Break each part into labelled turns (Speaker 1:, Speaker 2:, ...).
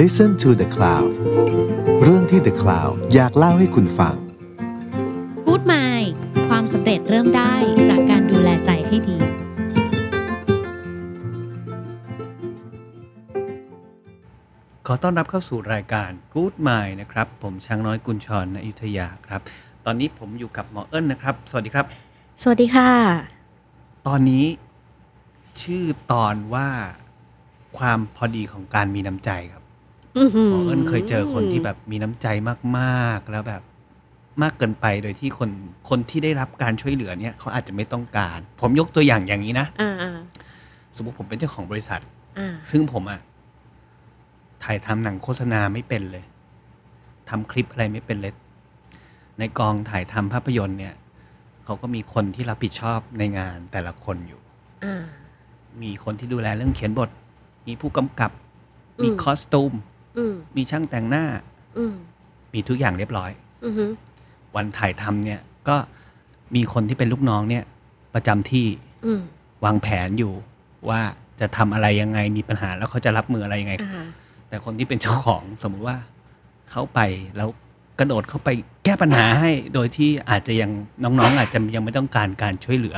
Speaker 1: Listen to the Cloud เรื่องที่ The Cloud อยากเล่าให้คุณฟัง
Speaker 2: กู๊ดไมล์ความสำเร็จเริ่มได้จากการดูแลใจให้ดี
Speaker 3: ขอต้อนรับเข้าสู่รายการ Good Mind นะครับ ผมช้างน้อยกุญชรณอยุธยาครับ ตอนนี้ผมอยู่กับหมอเอิญนะครับ สวัสดีครับ
Speaker 2: สวัสดีค่ะ
Speaker 3: ตอนนี้ชื่อตอนว่าความพอดีของการมีน้ำใจครับ หมอเอิญเคยเจอคนที่แบบมีน้ำใจมากๆ แล้วแบบมากเกินไปโดยที่คนคนที่ได้รับการช่วยเหลือเนี่ยเขาอาจจะไม่ต้องการ ผมยกตัวอย่างอย่างนี้นะ
Speaker 2: อ่าอ่า
Speaker 3: สมมติผมเป็นเจ้าของบริษัท
Speaker 2: อ่า
Speaker 3: ซึ่งผมอะถ่ายทำหนังโฆษณาไม่เป็นเลยทำคลิปอะไรไม่เป็นเลย ในกองถ่ายทำภาพยนตร์เนี่ยเขาก็มีคนที่รับผิดชอบในงานแต่ละคนอยู่
Speaker 2: อ่า
Speaker 3: มีคนที่ดูแลเรื่องเขียนบท มีผู้กำกับ มี
Speaker 2: อืม
Speaker 3: คอสตูม
Speaker 2: อืม
Speaker 3: มีช่างแต่งหน้า
Speaker 2: อืม
Speaker 3: มีทุกอย่างเรียบร้อย
Speaker 2: อือหือ
Speaker 3: วันถ่ายทำเนี่ยก็มีคนที่เป็นลูกน้องเนี่ย ประจำที่
Speaker 2: อืม
Speaker 3: วางแผนอยู่ว่าจะทำอะไรยังไงมีปัญหาแล้วเขาจะรับมืออะไรยังไง
Speaker 2: อ่า
Speaker 3: แต่คนที่เป็นเจ้าของสมมุติว่าเข้าไปแล้วกระโดดเข้าไปแก้ปัญหาให้ โดยที่อาจจะยังน้องๆ อาจจะยังไม่ต้องการการช่วยเหลือ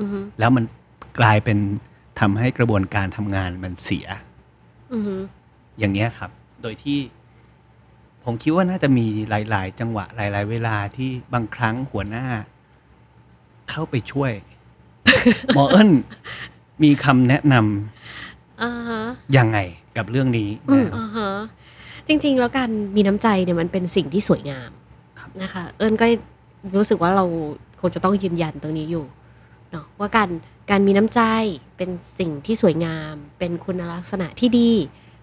Speaker 2: อือหือ
Speaker 3: แล้วมันกลายเป็นทำให้กระบวนการทำงานมันเสีย
Speaker 2: อือหือ
Speaker 3: อย่างเงี้ยครับ โดยที่ ผมคิดว่าน่าจะมีหลาย ๆ จังหวะหลาย ๆ เวลาที่บางครั้งหัวหน้า เข้าไปช่วย หมอเอิญมีคำแนะน
Speaker 2: อ่าฮะ
Speaker 3: ำยังไงกับเรื่องนี้
Speaker 2: อื
Speaker 3: แน่
Speaker 2: ม
Speaker 3: นอน
Speaker 2: อ่าฮะจริง ๆ แล้วการมีน้ำใจเนี่ยมันเป็นสิ่งที่สวยงาม
Speaker 3: ครับ
Speaker 2: นะคะ เอิญก็รู้สึกว่าเราคงจะต้องยืนยันตรงนี้อยู่เนาะว่าการการมีน้ำใจเป็นสิ่งที่สวยงาม เป็นคุณลักษณะที่ดี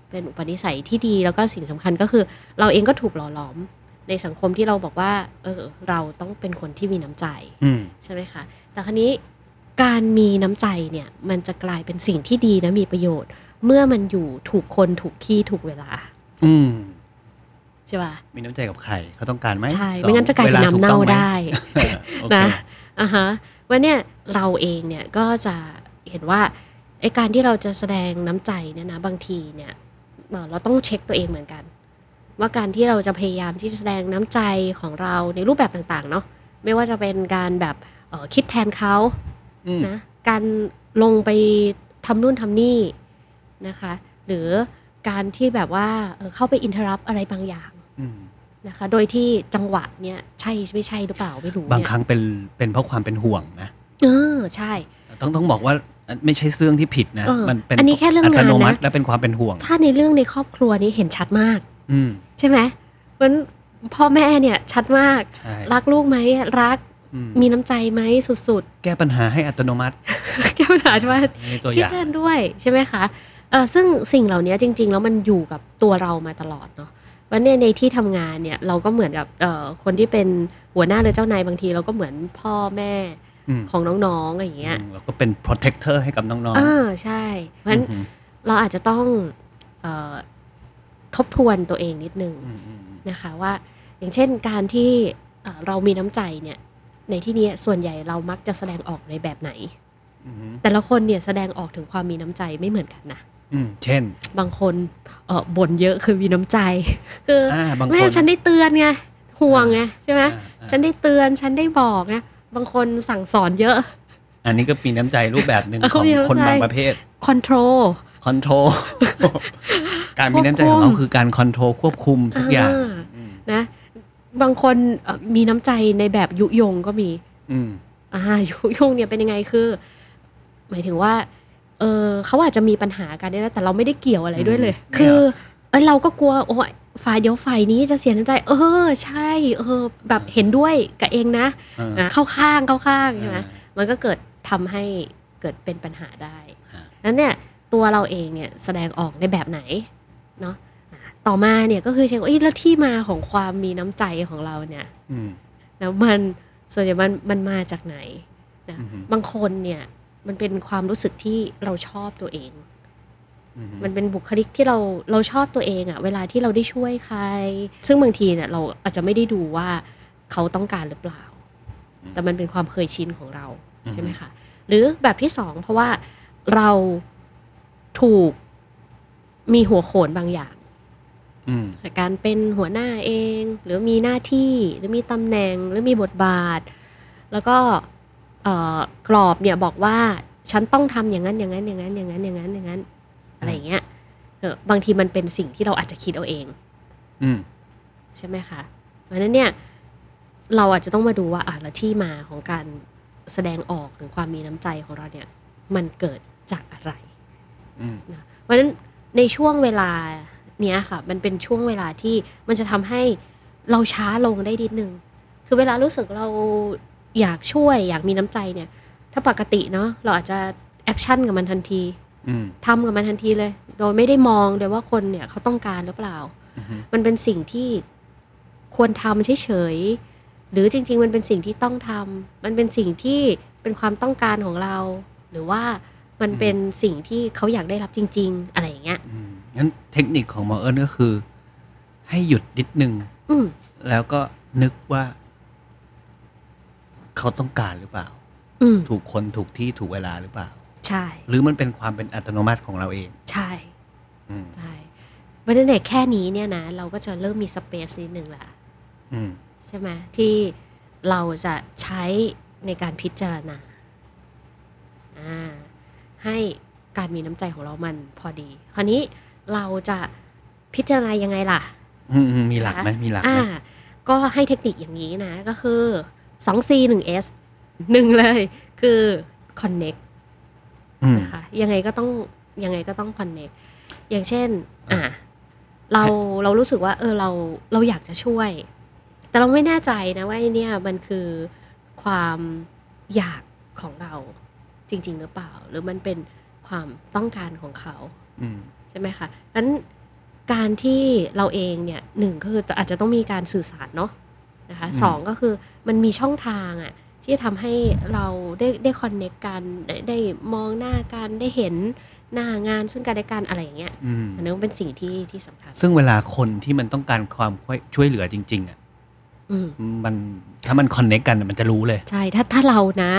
Speaker 2: เป็นอุปนิสัยที่ดีแล้วก็สิ่งสำคัญก็คือ เราเองก็ถูกหล่อหลอมในสังคมที่เราบอกว่า เออ เราต้องเป็นคนที่มีน้ำใจ
Speaker 3: อืม
Speaker 2: ใช่ไหมคะ แต่คราวนี้การมีน้ำใจเนี่ย มันจะกลายเป็นสิ่งที่ดีและมีประโยชน์ เมื่อมันอยู่ถูกคนถูกที่ถูกเวลา
Speaker 3: อืม
Speaker 2: ใช่ป่ะ
Speaker 3: มีน้ำใจกับใครเขาต้องการไหม
Speaker 2: ใช่
Speaker 3: สอ
Speaker 2: ไม่งั้นจะกลายเป็น
Speaker 3: วถู
Speaker 2: น้ำเน่า
Speaker 3: ต้องหม
Speaker 2: ได้
Speaker 3: โอเค
Speaker 2: นะอ่ะฮะวันเนี้ยเราเองเนี่ยก็จะเห็นว่าไอการที่เราจะแสดงน้ำใจเนี่ยนะบางทีเนี่ยเอ่อเราต้องเช็คตัวเองเหมือนกัน ว่าการที่เราจะพยายามที่จะแสดงน้ำใจของเราในรูปแบบต่างๆเนาะไม่ว่าจะเป็นการแบบเอ่อคิดแทนเขา
Speaker 3: อืม
Speaker 2: นะการลงไปทำนู่นทำนี่นะคะ หรือการที่แบบว่าเอ่อเข้าไปอินเทอร์รัปอะไรบางอย่าง
Speaker 3: อืม
Speaker 2: นะคะ โดยที่จังหวะเนี่ยใช่ไม่ใช่หรือเปล่าไม่รู้
Speaker 3: บาง
Speaker 2: เนี่ย
Speaker 3: ครั้งเป็นเป็นเพราะความเป็นห่วงนะ
Speaker 2: เออใช่
Speaker 3: ต้องต้องบอกว่าไม่ใช่เรื่องที่ผิดนะ
Speaker 2: เออ
Speaker 3: มันเป็น
Speaker 2: อันนี้แค่เรื่องงานนะ
Speaker 3: ตโนมัติและเป็นความเป็นห่วง
Speaker 2: ถ้าในเรื่องในครอบครัวนี้เห็นชัดมาก
Speaker 3: อืม
Speaker 2: ใช่ไหมเพราะฉะนั้นพ่อแม่เนี่ยชัดมาก
Speaker 3: ใช่
Speaker 2: รักลูกไหมรัก
Speaker 3: อืม
Speaker 2: มีน้ำใจไหมสุด
Speaker 3: แก้ปัญหาให้อัตโนมัติ
Speaker 2: ๆ แก้ปัญหาว่า
Speaker 3: ในตัวอ
Speaker 2: คิด
Speaker 3: ย่าง
Speaker 2: แทนด้วยใช่ไหมคะเออซึ่งสิ่งเหล่านี้จริง ๆ แล้วมันอยู่กับตัวเรามาตลอดเนาะวันนี้ในที่ทำงานเนี่ยเราก็เหมือนกับเอ่อคนที่เป็นหัวหน้าหรือเจ้านายบางที เราก็เหมือนพ่อแม่
Speaker 3: อืม
Speaker 2: ของน้องๆอะไรอย่างเงี้ย
Speaker 3: อืมแล้วก็เป็น protector ให้กับน้อง
Speaker 2: อ่าใช่
Speaker 3: ๆ
Speaker 2: เพราะฉะนั้น
Speaker 3: อืม
Speaker 2: เราอาจจะต้องเอ่อทบทวนตัวเองนิดนึง
Speaker 3: อืมอืมอืม
Speaker 2: นะคะว่า อย่างเช่นการที่เอ่อเรามีน้ำใจเนี่ยในที่นี้ส่วนใหญ่เรามักจะแสดงออกในแบบไหน
Speaker 3: อืม
Speaker 2: แต่ละคนเนี่ยแสดงออกถึงความมีน้ำใจไม่เหมือนกันนะ
Speaker 3: อืมเช่น
Speaker 2: บางคนเออบ่นเยอะคือมีน้ำใจ คืออ
Speaker 3: อ่าบางคน
Speaker 2: แม่ฉันได้เตือนไงห่วงไงใช่ไหม
Speaker 3: อ่าอ่า
Speaker 2: ฉันได้เตือนฉันได้บอกไงบางคนสั่งสอนเยอะ
Speaker 3: อันนี้ก็มีน้ำใจรูปแบบหนึ่ง
Speaker 2: เออ
Speaker 3: ของ
Speaker 2: มีน้ำ
Speaker 3: คน
Speaker 2: ใจ
Speaker 3: บางประเภท
Speaker 2: คอนโทรล
Speaker 3: คอนโท รล การมีน้ำใจของเรา
Speaker 2: ควบคุม
Speaker 3: คือการคอนโทรลควบคุมสักอย่าง
Speaker 2: อ่า นะบางคนเอ่อมีน้ำใจในแบบยุยงก็มี
Speaker 3: อืม
Speaker 2: อ่า ยุยงเนี่ยเป็นยังไงคือ หมายถึงว่าเออเขาอาจจะมีปัญหากันได้แล้วแต่เราไม่ได้เกี่ยวอะไรด้วยเลย คือเอ้ยเราก็กลัวโอ้ยฝ่ายเดียวฝ่ายนี้จะเสียน้ำใจ เออ ใช่เออแบบเห็นด้วยกับเองนะ
Speaker 3: อืม
Speaker 2: อ่ะเข้าข้างเข้าข้าง
Speaker 3: อ่า
Speaker 2: ใช่ไหม
Speaker 3: อ่า
Speaker 2: มันก็เกิดทำให้เกิดเป็นปัญหาได้
Speaker 3: อ่า
Speaker 2: นั้นเนี่ยตัวเราเองเนี่ยแสดงออกในแบบไหนเนาะอ่ะต่อมาเนี่ยก็คือเช็คว่าเอ้ยแล้วที่มาของความมีน้ำใจของเราเนี่ย
Speaker 3: อืม
Speaker 2: แล้วมันส่วนใหญ่มันมันมาจากไหน
Speaker 3: อืม
Speaker 2: บางคนเนี่ยมันเป็นความรู้สึกที่เราชอบตัวเอง
Speaker 3: อืม
Speaker 2: มันเป็นบุคลิกที่เราเราชอบตัวเองอะเวลาที่เราได้ช่วยใคร ซึ่งบางทีเนี่ยเราอาจจะไม่ได้ดูว่าเขาต้องการหรือเปล่า แต่มันเป็นความเคยชินของเรา ใช่ไหมคะหรือแบบที่สองเพราะว่าเราถูก มีหัวโขนบางอย่าง
Speaker 3: อืม
Speaker 2: แต่การเป็นหัวหน้าเอง หรือมีหน้าที่หรือมีตำแหน่งหรือมีบทบาท แล้วก็เอ่อกรอบเนี่ยบอกว่าฉันต้องทำอย่างนั้นอย่างนั้นอย่างนั้นอย่างนั้นอย่างนั้นอย่างนั้นอะไรอย่างเงี้ยเออบางทีมันเป็นสิ่งที่เราอาจจะคิดเอาเอง
Speaker 3: อืม
Speaker 2: ใช่ไหมคะเพราะฉะนั้นเนี่ยเราอาจจะต้องมาดูว่าอ่ะแล้วที่มาของการแสดงออกหรือความมีน้ำใจของเราเนี่ยมันเกิดจากอะไร
Speaker 3: อืม
Speaker 2: นะเพราะฉะนั้นในช่วงเวลาเนี้ยค่ะ มันเป็นช่วงเวลาที่มันจะทำให้เราช้าลงได้นิดนึง คือเวลารู้สึกเราอยากช่วยอยากมีน้ำใจเนี่ย ถ้าปกติเนาะเราอาจจะแอคชั่นกับมันทันที
Speaker 3: อืม
Speaker 2: ทำกับมันทันทีเลย โดยไม่ได้มองเลยว่าคนเนี่ยเขาต้องการหรือเปล่า
Speaker 3: อืม
Speaker 2: มันเป็นสิ่งที่ควรทำเฉยๆ หรือจริงๆ มันเป็นสิ่งที่ต้องทำ มันเป็นสิ่งที่เป็นความต้องการของเรา หรือว่ามันเป็นสิ่งที่เขาอยากได้รับจริง ๆ อะไรอย่างเงี้ย
Speaker 3: อืมงั้นเทคนิคของหมอเอิญก็คือ ให้หยุดนิดนึง
Speaker 2: อืม
Speaker 3: แล้วก็นึกว่า เขาต้องการหรือเปล่า
Speaker 2: อืม
Speaker 3: ถูกคนถูกที่ถูกเวลาหรือเปล่า
Speaker 2: ใช่
Speaker 3: หรือมันเป็นความเป็นอัตโนมัติของเราเอง
Speaker 2: ใช่
Speaker 3: อืม
Speaker 2: ใช่เพราะฉะนั้นเนี่ยแค่นี้เนี่ยนะ เราก็จะเริ่มมีสเปซนิดนึงละ
Speaker 3: อืม
Speaker 2: ใช่ไหมที่เราจะใช้ในการพิจารณาอ่าให้การมีน้ำใจของเรามันพอดี คราวนี้เราจะพิจารณายังไงล่ะ
Speaker 3: อืมอืมมีหลักไหมมีหลักไห
Speaker 2: อ่าม ก็ให้เทคนิคอย่างนี้นะ ก็คือ 2C 1S หนึ่งเลยคือ connect
Speaker 3: อืม
Speaker 2: นะคะยังไงก็ต้องยังไงก็ต้อง connect อย่างเช่นอ่ะเราเรารู้สึกว่าเออเราเราอยากจะช่วย แต่เราไม่แน่ใจนะว่าไอ้เนี่ยมันคือความอยากของเราจริง ๆ หรือเปล่า หรือมันเป็นความต้องการของเขา
Speaker 3: อืม
Speaker 2: ใช่ไหมคะนั้นการที่เราเองเนี่ยหนึ่งก็คืออาจจะต้องมีการสื่อสารเนาะนะคะ
Speaker 3: อืม
Speaker 2: สองก็คือมันมีช่องทางอะที่จะทำให้เราได้ได้คอนเน็กกันได้ได้มองหน้ากันได้เห็นหน้างานซึ่งกันและกันอะไรอย่างเงี้ย
Speaker 3: อืม
Speaker 2: อันนี้มันเป็นสิ่งที่ที่สำคัญ
Speaker 3: ซึ่งเวลาคนที่มันต้องการความช่วยเหลือจริง ๆ อ่ะ
Speaker 2: อืม
Speaker 3: มันถ้ามันคอนเน็กกันอะมันจะรู้เลย
Speaker 2: ใช่ถ้าถ้าเรานะ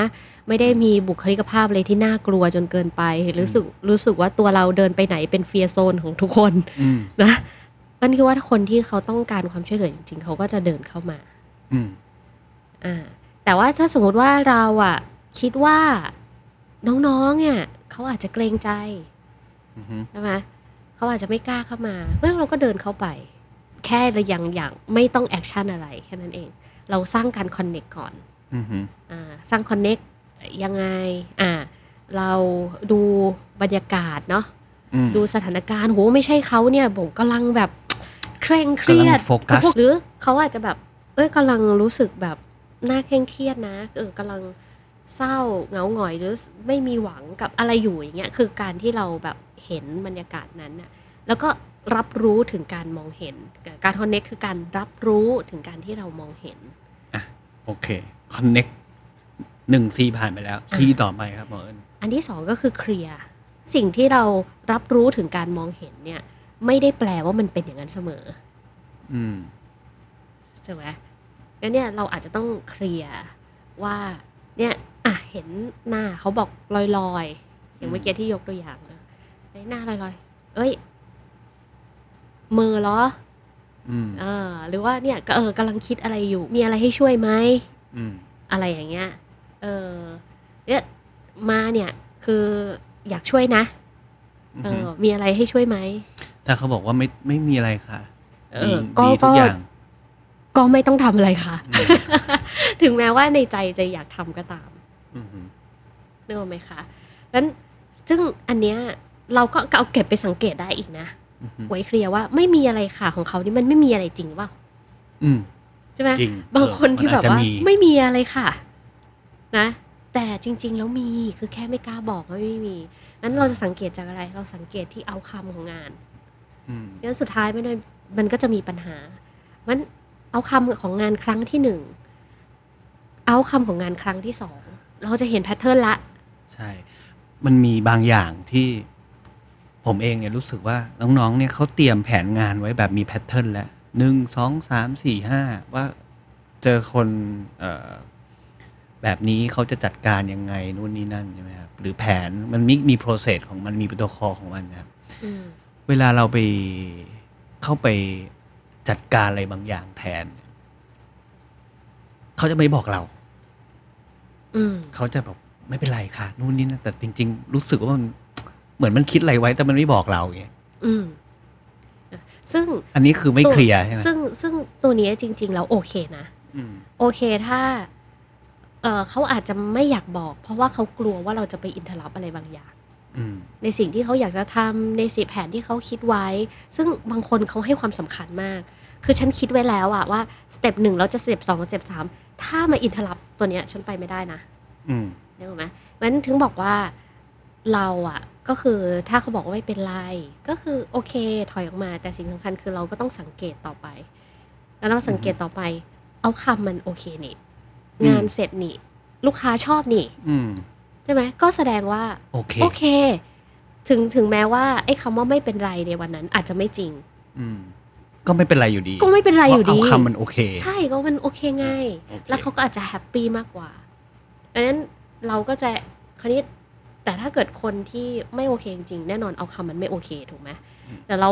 Speaker 2: ไม่ได้มีบุคลิกภาพเลยที่น่ากลัวจนเกินไปรู้สึกรู้สึกว่าตัวเราเดินไปไหนเป็นเฟียโซนของทุกคน
Speaker 3: อืม
Speaker 2: นะนั่นคือว่าคนที่เขาต้องการความช่วยเหลือจริงๆ เขาก็จะเดินเข้ามา
Speaker 3: อืม
Speaker 2: อ่า แต่ว่าถ้าสมมติว่าเราอ่ะคิดว่าน้องๆ เนี่ยเขาอาจจะเกรงใจ
Speaker 3: อือฮึ
Speaker 2: ใช่ไหมเขาอาจจะไม่กล้าเข้ามา เพราะฉะนั้นเราก็เดินเข้าไป แค่เรายังอย่างไม่ต้องแอคชั่นอะไรแค่นั้นเอง เราสร้างการคอนเน็กก่อน
Speaker 3: อือฮึ
Speaker 2: อ่าสร้างคอนเน็กยังไง อ่า เราดูบรรยากาศเนาะ
Speaker 3: อืม
Speaker 2: ดูสถานการณ์โหไม่ใช่เขาเนี่ยผมกำลังแบบ เคร่งเครีย
Speaker 3: กำ
Speaker 2: ด
Speaker 3: ลังโฟกัส
Speaker 2: หรือเขาอาจจะแบบ เอ้ยกำลังรู้สึกแบบน่าเคร่งเครียดนะเออกำลังเศร้าเหงาหงอยหรือไม่มีหวังกับอะไรอยู่อย่างเงี้ยคือการที่เราแบบเห็นบรรยากาศนั้นน่ะแล้วก็รับรู้ถึงการมองเห็น การคอนเน็กคือการรับรู้ถึงการที่เรามองเห็น
Speaker 3: โอเคคอนเน็กหนึ่งซีผ่านไปแล้วซีต่อไปครับหมอเอิญ
Speaker 2: อันที่สองก็คือเคลียร์สิ่งที่เรารับรู้ถึงการมองเห็นเนี่ยไม่ได้แปลว่ามันเป็นอย่างนั้นเสมอ
Speaker 3: อืม
Speaker 2: ใช่ไหมงั้นเนี่ยเราอาจจะต้องเคลียร์ว่าเนี่ยอ่ะเห็นหน้าเขาบอกลอยๆ อย่างเมื่อกี้ที่ยกตัวอย่างนะในหน้าลอยๆ เอ้ยมือเหรอ
Speaker 3: อืม
Speaker 2: เออหรือว่าเนี่ยก็เออกำลังคิดอะไรอยู่ มีอะไรให้ช่วยไหม
Speaker 3: อืม
Speaker 2: อะไรอย่างเงี้ย เออเนี่ยมาเนี่ยคืออยากช่วยนะ
Speaker 3: อือ
Speaker 2: เอ
Speaker 3: ฮึ
Speaker 2: อ มีอะไรให้ช่วยไหม
Speaker 3: ถ้าเขาบอกว่าไม่ไม่มีอะไรค่ะ
Speaker 2: เอ
Speaker 3: ดี
Speaker 2: อก็
Speaker 3: ดีทุก
Speaker 2: ก็
Speaker 3: อย่าง
Speaker 2: ก็ไม่ต้องทำอะไรค่ะ
Speaker 3: อืม
Speaker 2: ถึงแม้ว่าในใจจะอยากทำก็ตาม
Speaker 3: อือฮึ
Speaker 2: นึกออกไหมคะงั้นซึ่งอันเนี้ยเราก็เอาเก็บไปสังเกตได้อีกนะ
Speaker 3: อือฮึ
Speaker 2: ไว้เคลียร์ว่าไม่มีอะไรค่ะของเขานี่มันไม่มีอะไรจริงเปล่า
Speaker 3: อืม
Speaker 2: ใช่ไหม
Speaker 3: จริง
Speaker 2: บางคนที่แบบ
Speaker 3: เออมัน
Speaker 2: ว่า
Speaker 3: อจจะมี
Speaker 2: ไม่มีอะไรค่ะนะ แต่จริง ๆ แล้วมีคือแค่ไม่กล้าบอกว่าไม่มีนั้นเราจะสังเกตจากอะไร เราสังเกตที่เอาคำของงาน
Speaker 3: อืม
Speaker 2: งั้นสุดท้ายไม่ได้มันก็จะมีปัญหามันเอาคำของงานครั้งที่หนึ่งเอาคำของงานครั้งที่สองเราจะเห็นแพทเทิร์นละ
Speaker 3: ใช่ มันมีบางอย่างที่ผมเองเนี่ยรู้สึกว่าน้องๆ เนี่ยเขาเตรียมแผนงานไว้แบบมีแพทเทิร์นแล้วหนึ่งสองสามสี่ห้าว่าเจอคนเอ่อแบบนี้เขาจะจัดการยังไงนู่นนี่นั่นใช่ไหมครับหรือแผนมันมีมีโปรเซสของมันมีโปรโตคอลของมันนะครับ
Speaker 2: อืม
Speaker 3: เวลาเราไปเข้าไปจัดการอะไรบางอย่างแทน เขาจะไม่บอกเรา
Speaker 2: อืม
Speaker 3: เขาจะแบบไม่เป็นไรค่ะ นู่นนี่นะแต่จริง ๆ รู้สึกว่ามัน เหมือนมันคิดอะไรไว้ แต่มันไม่บอกเราอย่างเงี้ย
Speaker 2: อืมนะซึ่ง
Speaker 3: อันนี้คือไม่
Speaker 2: ตัว
Speaker 3: เคลียร์ใช่ไหม
Speaker 2: ซึ่งซึ่งตัวเนี้ยจริง ๆ แล้วโอเคนะ
Speaker 3: อืม
Speaker 2: โอเคถ้าเออเขาอาจจะไม่อยากบอก เพราะว่าเขากลัวว่าเราจะไปอินเทอร์รับอะไรบางอย่าง
Speaker 3: อืม
Speaker 2: ในสิ่งที่เขาอยากจะทำในสิแผนที่เขาคิดไว้ ซึ่งบางคนเขาให้ความสำคัญมาก คือฉันคิดไว้แล้วอะว่าสเต็ปหนึ่งแล้วจะสเต็ปสองสเต็ปสามถ้ามาอินเทอร์รับตัวเนี้ยฉันไปไม่ได้นะ
Speaker 3: อืม
Speaker 2: นึกออกไหมงั้นถึงบอกว่าเราอ่ะก็คือถ้าเขาบอกว่าไม่เป็นไร ก็คือโอเคถอยออกมา แต่สิ่งสำคัญคือเราก็ต้องสังเกตต่อไป แล้วเราสังเกตต่อไป เอาคำมันโอเคนี่
Speaker 3: อืม
Speaker 2: งานเสร็จนี่ ลูกค้าชอบนี่
Speaker 3: อืม
Speaker 2: ใช่ไหมก็แสดงว่า
Speaker 3: โอเค
Speaker 2: โอเค ถึงถึงแม้ว่าไอ้คำว่าไม่เป็นไรในวันนั้น อาจจะไม่จริง
Speaker 3: อืม ก็ไม่เป็นไรอยู่ดี
Speaker 2: ก็ไม่เป็นไรอยู่ดี
Speaker 3: เพาะเอาคำมันโอเค
Speaker 2: ใช่ก็มันโอเคไง
Speaker 3: โอเค
Speaker 2: แล้วเขาก็อาจจะแฮปปี้มากกว่าดังนั้นเราก็จะคราวนี้แต่ถ้าเกิดคนที่ไม่โอเคจริงๆแน่นอนเอาคำมันไม่โอเคถูกไหมแต่เรา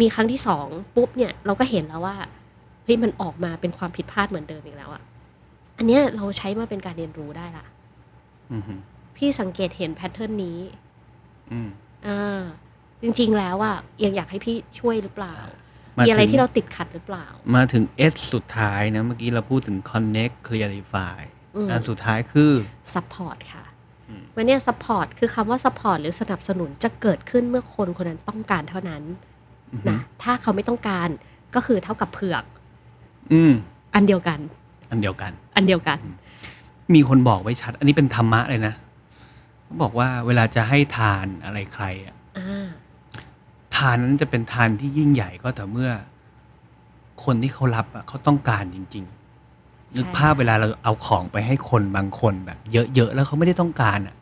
Speaker 2: มีครั้งที่สองปุ๊บเนี่ยเราก็เห็นแล้วว่าเฮ้ยมันออกมาเป็นความผิดพลาดเหมือนเดิมอีกแล้วอะอันเนี้ยเราใช้มาเป็นการเรียนรู้ได้ละ
Speaker 3: อืมฮึ
Speaker 2: พี่สังเกตเห็นแพทเทิร์นนี้
Speaker 3: อืม
Speaker 2: อ่าจริงๆแล้วอะยังอยากให้พี่ช่วยหรือเปล่า
Speaker 3: า
Speaker 2: มีอะไร
Speaker 3: ถึง
Speaker 2: ที่เราติดขัดหรือเปล่า
Speaker 3: มาถึง S สุดท้ายนะ เมื่อกี้เราพูดถึง connect clarify
Speaker 2: อืม
Speaker 3: อันสุดท้ายคือ
Speaker 2: ซัพพอร์ตค่ะ
Speaker 3: อืม
Speaker 2: วันเนี้ซัพพอร์ตคือคำว่าซัพพอร์ตหรือสนับสนุนจะเกิดขึ้นเมื่อคนคนนั้นต้องการเท่านั้น
Speaker 3: อือหือ
Speaker 2: นะถ้าเขาไม่ต้องการก็คือเท่ากับเผือก
Speaker 3: อืม
Speaker 2: อันเดียวกัน
Speaker 3: อันเดียวกัน
Speaker 2: อันเดียวกัน
Speaker 3: มีคนบอกไว้ชัด อันนี้เป็นธรรมะเลยนะเขาบอกว่าเวลาจะให้ทานอะไรใครอะ
Speaker 2: อ่า
Speaker 3: ทานนั้นจะเป็นทานที่ยิ่งใหญ่ก็แต่อเมื่อ คนที่เขารับอะเขาต้องการจริง ๆ นึกภาพเวลาเราเอาของไปให้คนบางคนแบบ เยอะๆแล้วเขาไม่ได้ต้องการอะ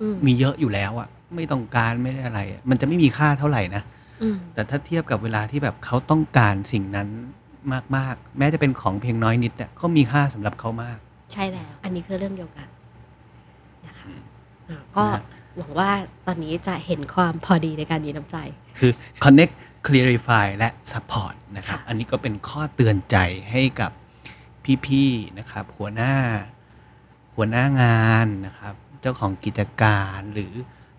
Speaker 2: อืม
Speaker 3: มีเยอะอยู่แล้วอะไม่ต้องการไม่ได้อะไรอะมันจะไม่มีค่าเท่าไหร่นะ
Speaker 2: อืม
Speaker 3: แต่ถ้าเทียบกับเวลาที่แบบเขาต้องการสิ่งนั้นมาก ๆ แม้จะเป็นของเพียงน้อยนิดเนี่ยก็มีค่าสำหรับเขามาก
Speaker 2: ใช่แล้ว อันนี้คือเรื่องเดียวกันนะคะ
Speaker 3: อืม
Speaker 2: อ่าก็หวังว่าตอนนี้จะเห็นความพอดีในการมีน้ำใจ
Speaker 3: คือ connect clarify และ support นะครับ
Speaker 2: ค่ะ
Speaker 3: อันนี้ก็เป็นข้อเตือนใจให้กับพี่ ๆ นะครับ หัวหน้า หัวหน้างานนะครับ เจ้าของกิจการหรือ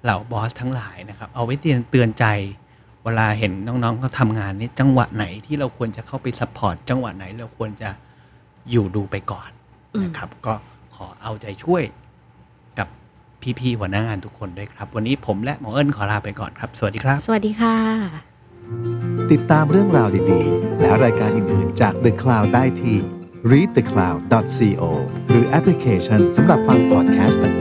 Speaker 3: เหล่าบอสทั้งหลายนะครับ เอาไว้เตือนเตือนใจ เวลาเห็นน้องๆเขาทำงานนี่จังหวะไหนที่เราควรจะเข้าไป support จังหวะไหนเราควรจะอยู่ดูไปก่อน
Speaker 2: อืม
Speaker 3: นะครับก็ขอเอาใจช่วยกับพี่ๆหัวหน้างานทุกคนด้วยครับ วันนี้ผมและหมอเอิญขอลาไปก่อนครับ สวัสดีครับ
Speaker 2: สวัสดีค่ะ
Speaker 1: ติดตามเรื่องราวดีๆ และรายการอื่นๆจาก The Cloud ได้ที่ readthecloud.co หรือแอปพลิเคชันสำหรับฟังพอดแคสต์ต่างๆ